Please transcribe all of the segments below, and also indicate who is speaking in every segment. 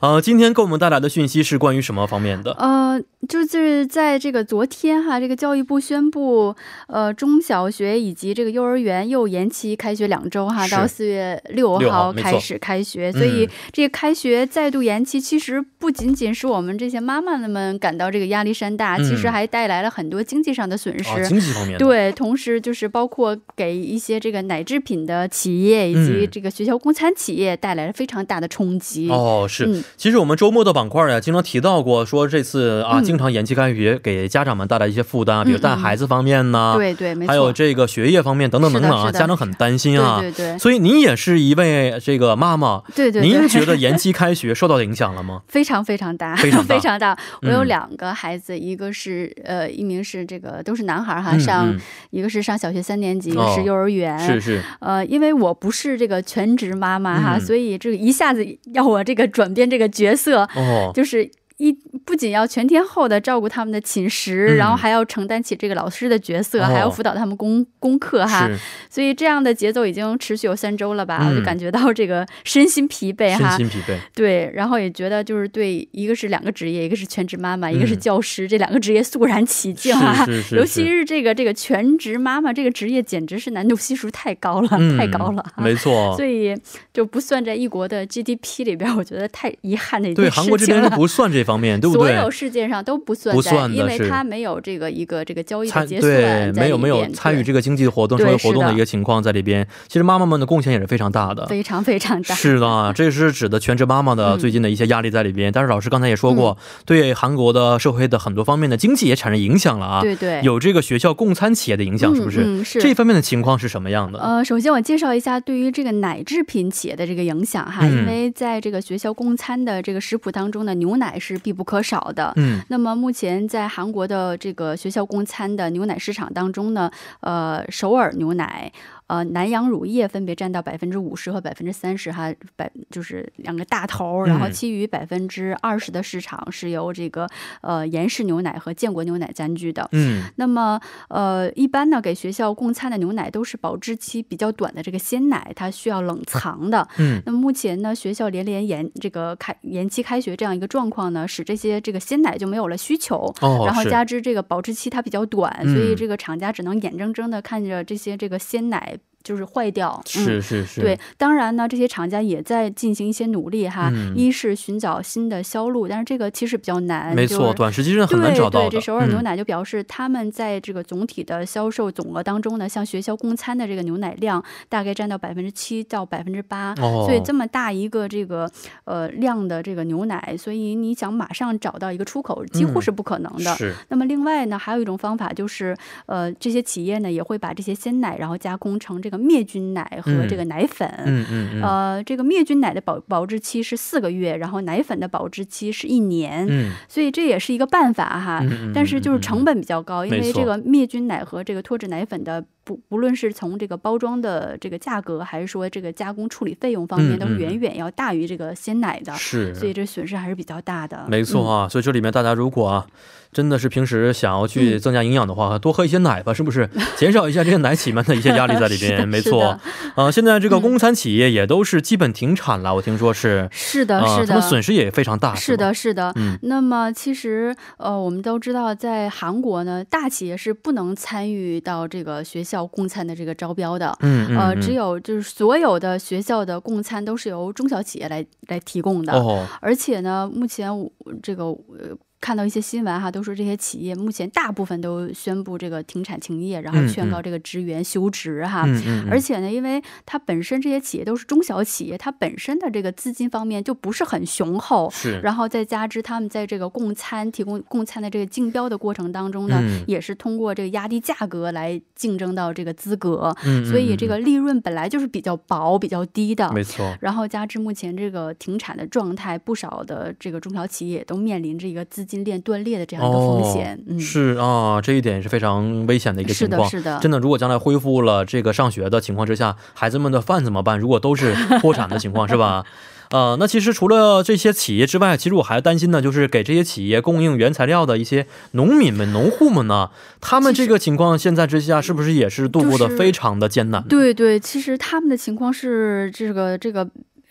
Speaker 1: 呃，今天给我们带来的讯息是关于什么方面的？
Speaker 2: 呃，就是在这个昨天哈，这个教育部宣布，呃，中小学以及这个幼儿园又延期开学两周哈，
Speaker 1: 是
Speaker 2: 到四月六
Speaker 1: 6号
Speaker 2: 号
Speaker 1: 没错
Speaker 2: 开始开学。所以
Speaker 1: 嗯
Speaker 2: 这个开学再度延期，其实不仅仅是我们这些妈妈们感到这个压力山大，
Speaker 1: 嗯
Speaker 2: 其实还带来了很多经济上的损
Speaker 1: 啊，
Speaker 2: 失。
Speaker 1: 经济方面的。，
Speaker 2: 对，同时就是包括给一些这个奶制品的企业以及
Speaker 1: 嗯
Speaker 2: 这个学校供餐企业带来了非常大的冲击。
Speaker 1: 哦，是。
Speaker 2: 嗯
Speaker 1: 其实我们周末的板块呀、经常提到过，说这次啊，
Speaker 2: 嗯
Speaker 1: 经常延期开学，给家长们带来一些负担啊，比如
Speaker 2: 嗯嗯
Speaker 1: 带孩子方面呢、
Speaker 2: 对对，没
Speaker 1: 啊
Speaker 2: 错。
Speaker 1: 还有这个学业方面等等等等啊，
Speaker 2: 是的是的
Speaker 1: 家长很担心啊。
Speaker 2: 对对对
Speaker 1: 所以您也是一位这个妈妈，
Speaker 2: 对对对，
Speaker 1: 您觉得延期开学受到影响了 吗？
Speaker 2: 非常非常大，
Speaker 1: 非常大
Speaker 2: 我有
Speaker 1: 嗯
Speaker 2: 两个孩子，一个是呃，一名是这个都是男孩儿哈，
Speaker 1: 嗯
Speaker 2: 上
Speaker 1: 嗯
Speaker 2: 一个是上小学三年级，一
Speaker 1: 哦
Speaker 2: 个是幼儿园。
Speaker 1: 是 是，
Speaker 2: 呃，因为我不是这个全职妈妈哈，
Speaker 1: 嗯
Speaker 2: 所以这个一下子要我这个转变这个角色，
Speaker 1: 哦，
Speaker 2: 就是。一不仅要全天候的照顾他们的寝食、
Speaker 1: 嗯
Speaker 2: 然后还要承担起这个老师的角色，
Speaker 1: 哦
Speaker 2: 还要辅导他们功功课哈，
Speaker 1: 是
Speaker 2: 所以这样的节奏已经持续有三周了吧，我
Speaker 1: 嗯
Speaker 2: 就感觉到这个身心疲惫
Speaker 1: 身
Speaker 2: 哈，
Speaker 1: 心疲惫。
Speaker 2: 对，然后也觉得就是对，一个是两个职业，一个是全职妈妈，一个是
Speaker 1: 嗯
Speaker 2: 教师，这两个职业肃然起敬啊。
Speaker 1: 是是是
Speaker 2: 尤其是这个这个全职妈妈这个职业，简直是难度系数太高了，太高了啊。
Speaker 1: 嗯没错
Speaker 2: 所。以就不算在一国的 GDP 里边儿，我觉得太遗憾的一件
Speaker 1: 对，
Speaker 2: 事情了。
Speaker 1: 韩国这边是不算这方 面，对不对？
Speaker 2: 所有世界上都不算在，
Speaker 1: 不算的
Speaker 2: 因为
Speaker 1: 是
Speaker 2: 它没有这个一个这个交易的
Speaker 1: 参
Speaker 2: 结算在
Speaker 1: 对
Speaker 2: 里边，
Speaker 1: 没有没有参与
Speaker 2: 对
Speaker 1: 这个经济活动、社
Speaker 2: 对
Speaker 1: 会活动
Speaker 2: 是
Speaker 1: 的
Speaker 2: 的
Speaker 1: 一个情况在里边。其实妈妈们的贡献也是非常大的。
Speaker 2: 非常非常大。
Speaker 1: 是的，这是指的全职妈妈的
Speaker 2: 嗯
Speaker 1: 最近的一些压力在里边。但是老师刚才也说过，对韩国的社会的很多方面的经济也产生影响了啊。
Speaker 2: 对对，
Speaker 1: 有这个学校供餐企业的影响，是不是？
Speaker 2: 嗯嗯、是
Speaker 1: 这方面的情况是什么样的？
Speaker 2: 呃，首先我介绍一下对于这个奶制品企业的这个影响哈，
Speaker 1: 嗯
Speaker 2: 因为在这个学校供餐的这个食谱当中呢，牛奶是必不可少的。
Speaker 1: 嗯，
Speaker 2: 那么目前在韩国的这个学校供餐的牛奶市场当中呢，呃，首尔牛奶、呃南洋乳业分别占到百分之五十和百分之三十哈，百就是两个大头儿，然后
Speaker 1: 嗯
Speaker 2: 其余百分之二十的市场是由这个呃严氏牛奶和建国牛奶占据的。
Speaker 1: 嗯，
Speaker 2: 那么，呃，一般呢，给学校供餐的牛奶都是保质期比较短的这个鲜奶，它需要冷藏的。
Speaker 1: 嗯，
Speaker 2: 那么目前呢，学校连连延这个开延期开学这样一个状况呢，使这些这个鲜奶就没有了需求。
Speaker 1: 哦，
Speaker 2: 然后
Speaker 1: 是
Speaker 2: 加之这个保质期它比较短，
Speaker 1: 嗯
Speaker 2: 所以这个厂家只能眼睁睁的看着这些这个鲜奶就是坏掉。嗯
Speaker 1: 是是是，
Speaker 2: 对，当然呢，这些厂家也在进行一些努力哈，
Speaker 1: 嗯
Speaker 2: 一是寻找新的销路，但是这个其实比较难，
Speaker 1: 没错，
Speaker 2: 呃就是
Speaker 1: 短时间是很难
Speaker 2: 对
Speaker 1: 找到的。
Speaker 2: 对，这首尔牛
Speaker 1: 嗯
Speaker 2: 奶就表示，他们在这个总体的销售总额当中呢，像学校供餐的这个牛奶量大概占到百分之七到百分之八。
Speaker 1: 哦，
Speaker 2: 所以这么大一个这个呃量的这个牛奶，所以你想马上找到一个出口，几乎
Speaker 1: 嗯
Speaker 2: 是不可能的。
Speaker 1: 是，
Speaker 2: 那么另外呢，还有一种方法就是，呃，这些企业呢也会把这些鲜奶，然后加工成这个灭菌奶和
Speaker 1: 嗯
Speaker 2: 这个奶粉。
Speaker 1: 嗯嗯嗯，
Speaker 2: 呃，这个灭菌奶的保保质期是四个月，然后奶粉的保质期是一年。
Speaker 1: 嗯，
Speaker 2: 所以这也是一个办法哈。
Speaker 1: 嗯嗯
Speaker 2: 呃但是就是成本比较高，因
Speaker 1: 没
Speaker 2: 为
Speaker 1: 错
Speaker 2: 这个灭菌奶和这个脱脂奶粉的不不论是从这个包装的这个价格，还是说这个加工处理费用方
Speaker 1: 嗯
Speaker 2: 面，都是
Speaker 1: 嗯
Speaker 2: 远远要大于这个鲜奶的，
Speaker 1: 是，
Speaker 2: 所以这损失还是比较大的。嗯
Speaker 1: 没错啊，所以这里面大家如果啊，真的是平时想要
Speaker 2: 嗯
Speaker 1: 去增加营养的话，多喝一些奶吧，是不是？减少一下这些奶企们的一些压力在里
Speaker 2: 是的
Speaker 1: 边。没
Speaker 2: 是的嗯
Speaker 1: 错，呃，现在这个公餐企业也都是基本停产了，我听说是，
Speaker 2: 是的，
Speaker 1: 啊，
Speaker 2: 是
Speaker 1: 他
Speaker 2: 的，
Speaker 1: 们损失也非常大，
Speaker 2: 是
Speaker 1: 吗，
Speaker 2: 的，是的。
Speaker 1: 嗯，
Speaker 2: 那么其实，呃，我们都知道，在韩国呢，大企业是不能参与到这个学校供餐的这个招标的。
Speaker 1: 嗯嗯，
Speaker 2: 呃，
Speaker 1: 嗯
Speaker 2: 只有就是所有的学校的供餐都是由中小企业来来提供的。
Speaker 1: 哦，
Speaker 2: 而且呢，目前我这个呃看到一些新闻哈，都说这些企业目前大部分都宣布这个停产停业，然后
Speaker 1: 嗯
Speaker 2: 劝告这个职员休职哈。
Speaker 1: 嗯嗯，
Speaker 2: 而
Speaker 1: 且
Speaker 2: 且呢，因为它本身这些企业都是中小企业，它本身的这个资金方面就不是很雄厚，
Speaker 1: 嗯是，
Speaker 2: 然后再加之他们在这个供餐提供供餐的这个竞标的过程当中呢，
Speaker 1: 嗯
Speaker 2: 也是通过这个压低价格来竞争到这个资格，
Speaker 1: 嗯
Speaker 2: 所以这。
Speaker 1: 嗯
Speaker 2: 个利润本来就是比较薄、比较低的
Speaker 1: 嗯。没错，
Speaker 2: 然后加之目前这个停产的状态，不少的这个中小企业也都面临着一个资筋链断裂的这样一个风险。嗯，
Speaker 1: 哦是啊，这一点也是非常危险的一个
Speaker 2: 是
Speaker 1: 情
Speaker 2: 的，
Speaker 1: 况。
Speaker 2: 是的，
Speaker 1: 真的，如果将来恢复了这个上学的情况之下，孩子们的饭怎么办？如果都 是破产的情况，是吧？呃，那其实除了这些企业之外，其实我还担心呢，就是给这些企业供应原材料的一些农民们、农户们呢，他们这个情况现在之下，是不是也是度过的
Speaker 2: 就是
Speaker 1: 非常的艰难？
Speaker 2: 对对，其实他们的情况是这个这个。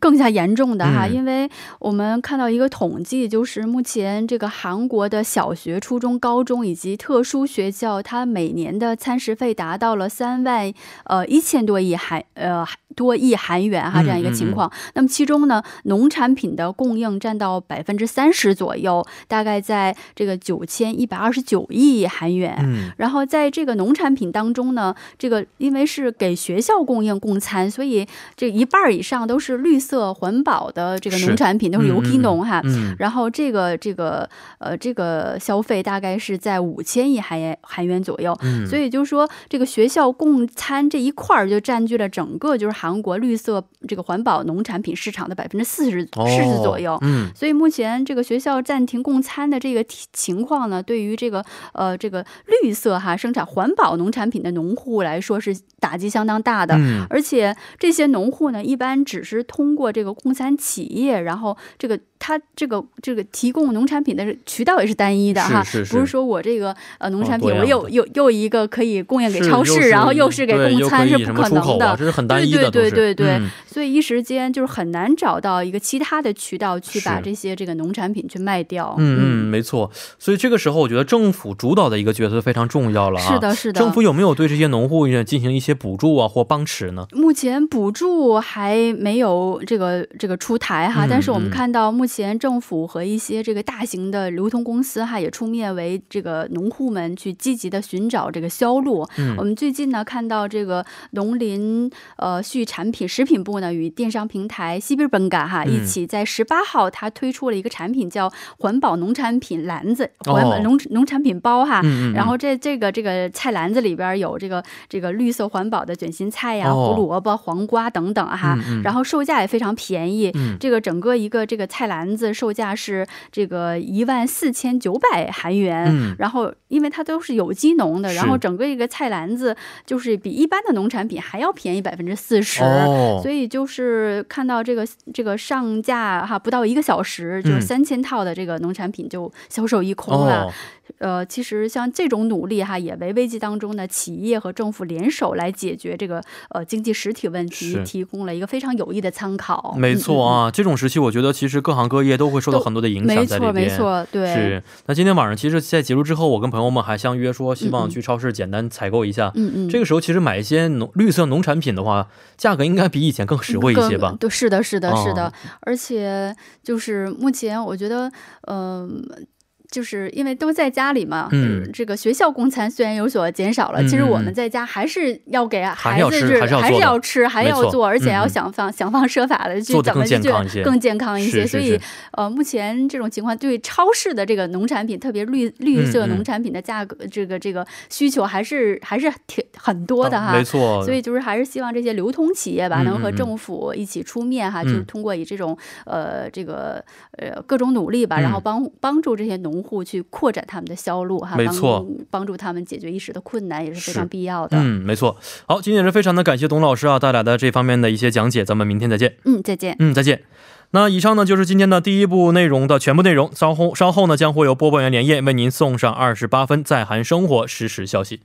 Speaker 2: 更加严重的哈、
Speaker 1: 嗯
Speaker 2: 因为我们看到一个统计，就是目前这个韩国的小学、初中、高中以及特殊学校，它每年的餐食费达到了三万呃一千多亿韩呃多亿韩元哈
Speaker 1: 嗯
Speaker 2: 这样一个情况。那么其中呢，农产品的供应占到百分之三十左右，大概在这个九千一百二十九亿韩元。
Speaker 1: 嗯，
Speaker 2: 然后在这个农产品当中呢，这个因为是给学校供应供餐，所以这一半儿以上都是绿色环保的这个
Speaker 1: 是
Speaker 2: 农产品，都是有机农哈。
Speaker 1: 嗯，
Speaker 2: 然后这个这个呃这个消费大概是在五千亿韩元韩元左右，
Speaker 1: 嗯，
Speaker 2: 所以就是说这个学校供餐这一块儿就占据了整个就是韩国绿色这个环保农产品市场的百分之四十
Speaker 1: 哦
Speaker 2: 四十左右。
Speaker 1: 嗯，
Speaker 2: 所以目前这个学校暂停供餐的这个提情况呢，对于这个呃这个绿色哈生产环保农产品的农户来说是打击相当大的。
Speaker 1: 嗯，
Speaker 2: 而且这些农户呢，一般只是通过这个供餐企业，然后这个他这个这个提供农产品的渠道也是单一的哈，
Speaker 1: 是是是
Speaker 2: 不是说我这个呃农
Speaker 1: 哦
Speaker 2: 产品
Speaker 1: 多样
Speaker 2: 我
Speaker 1: 的
Speaker 2: 又又又一个可以供应给
Speaker 1: 是
Speaker 2: 超
Speaker 1: 又
Speaker 2: 市，
Speaker 1: 是
Speaker 2: 然后又是给
Speaker 1: 对
Speaker 2: 供
Speaker 1: 又
Speaker 2: 餐
Speaker 1: 以
Speaker 2: 是
Speaker 1: 什
Speaker 2: 不
Speaker 1: 么
Speaker 2: 可
Speaker 1: 出口
Speaker 2: 能的。
Speaker 1: 啊，这是很单一
Speaker 2: 对
Speaker 1: 的，都
Speaker 2: 对
Speaker 1: 是
Speaker 2: 对对
Speaker 1: 嗯
Speaker 2: 所以一时间就是很难找到一个其他的渠道去把
Speaker 1: 是
Speaker 2: 这些这个农产品去卖掉。
Speaker 1: 嗯嗯，没错。所以这个时候，我觉得政府主导的一个角色非常重要了啊。
Speaker 2: 是的，是的。
Speaker 1: 政府有没有对这些农户进行一些补助啊或帮持呢？
Speaker 2: 目前补助还没有这个这个出台哈、
Speaker 1: 嗯
Speaker 2: 但是我
Speaker 1: 嗯
Speaker 2: 们看到目前政府和一些这个大型的流通公司哈也出面为这个农户们去积极的寻找这个销路。
Speaker 1: 嗯
Speaker 2: 我们最近呢看到这个农林呃畜产品食品部呢与电商平台西比本嘎哈
Speaker 1: 嗯
Speaker 2: 一起在十八号，它推出了一个产品叫环保农产品篮子，环
Speaker 1: 哦
Speaker 2: 保农、农产品包哈。
Speaker 1: 嗯嗯，
Speaker 2: 啊然后这这个这个菜篮子里边儿有这个这个绿色环保的卷心菜呀、
Speaker 1: 哦
Speaker 2: 胡萝卜、黄瓜等等哈、
Speaker 1: 嗯嗯
Speaker 2: 然后售价也非常便宜。
Speaker 1: 嗯
Speaker 2: 这个整个一个这个菜篮子售价是这个一万四千九百韩元、
Speaker 1: 嗯
Speaker 2: 然后因为它都是有机农的，
Speaker 1: 是
Speaker 2: 然后整个一个菜篮子就是比一般的农产品还要便宜百分之四十。
Speaker 1: 哦，
Speaker 2: 所以就是看到这个这个上架哈，不到一个小时，就
Speaker 1: 嗯
Speaker 2: 是三千套的这个农产品就销售一空了。
Speaker 1: 哦，
Speaker 2: 呃，其实像这种努力哈，也为危机当中呢，企业和政府联手来解决这个呃经济实体问题
Speaker 1: 是
Speaker 2: 提供了一个非常有益的参考。
Speaker 1: 没错
Speaker 2: 嗯，
Speaker 1: 啊，这种时期我觉得其实各行各业都会受到
Speaker 2: 都
Speaker 1: 很多的
Speaker 2: 嗯
Speaker 1: 影
Speaker 2: 嗯没
Speaker 1: 响在里
Speaker 2: 错
Speaker 1: 边。
Speaker 2: 没错，对，
Speaker 1: 是，那今天晚上其实，在结束之后，我跟朋友们还相约说，希望
Speaker 2: 嗯嗯
Speaker 1: 去超市简单采购一下。
Speaker 2: 嗯嗯，
Speaker 1: 这个时候，其实买一些农绿色农产品的话，价格应该比以前更实惠一些吧
Speaker 2: 更？对，是的，是的，
Speaker 1: 哦
Speaker 2: 是的，而且就是目前我觉得，嗯、就是因为都在家里嘛，
Speaker 1: 嗯
Speaker 2: 这个学校供餐虽然有所减少了，
Speaker 1: 嗯
Speaker 2: 其实我
Speaker 1: 嗯
Speaker 2: 们在家还是要给啊
Speaker 1: 还是
Speaker 2: 孩
Speaker 1: 要
Speaker 2: 子
Speaker 1: 吃
Speaker 2: 是
Speaker 1: 还是要
Speaker 2: 还
Speaker 1: 做
Speaker 2: 是
Speaker 1: 的
Speaker 2: 要吃，还
Speaker 1: 没
Speaker 2: 要
Speaker 1: 错
Speaker 2: 做，而且
Speaker 1: 嗯
Speaker 2: 要
Speaker 1: 嗯
Speaker 2: 想方想方设法的去
Speaker 1: 做得
Speaker 2: 怎么
Speaker 1: 更健
Speaker 2: 去
Speaker 1: 康一些
Speaker 2: 更健康一些。
Speaker 1: 是
Speaker 2: 所
Speaker 1: 是
Speaker 2: 以
Speaker 1: 是
Speaker 2: 呃，目前这种情况对超市的这个农产品，特别绿绿
Speaker 1: 嗯
Speaker 2: 色
Speaker 1: 嗯
Speaker 2: 农产品的价格，这个这个需求还是还是挺很多的哈。
Speaker 1: 没错，
Speaker 2: 所以就是还是希望这些流通企业吧，
Speaker 1: 哦嗯
Speaker 2: 能和
Speaker 1: 嗯嗯
Speaker 2: 政府一起出面哈，
Speaker 1: 嗯
Speaker 2: 就是通过以这种呃这个呃各种努力吧，
Speaker 1: 嗯
Speaker 2: 然后帮帮助这些农户去扩展他们的销路哈，
Speaker 1: 没错
Speaker 2: 帮，帮助他们解决一时的困难也是
Speaker 1: 是
Speaker 2: 非常必要的。
Speaker 1: 嗯，没错。好，今天也是非常的感谢董老师啊带来的这方面的一些讲解，咱们明天再见。
Speaker 2: 嗯，再见。
Speaker 1: 嗯，再见。那以上呢就是今天的第一部内容的全部内容，稍后稍后呢将会由播报员连夜为您送上二十八分在韩生活实时消息。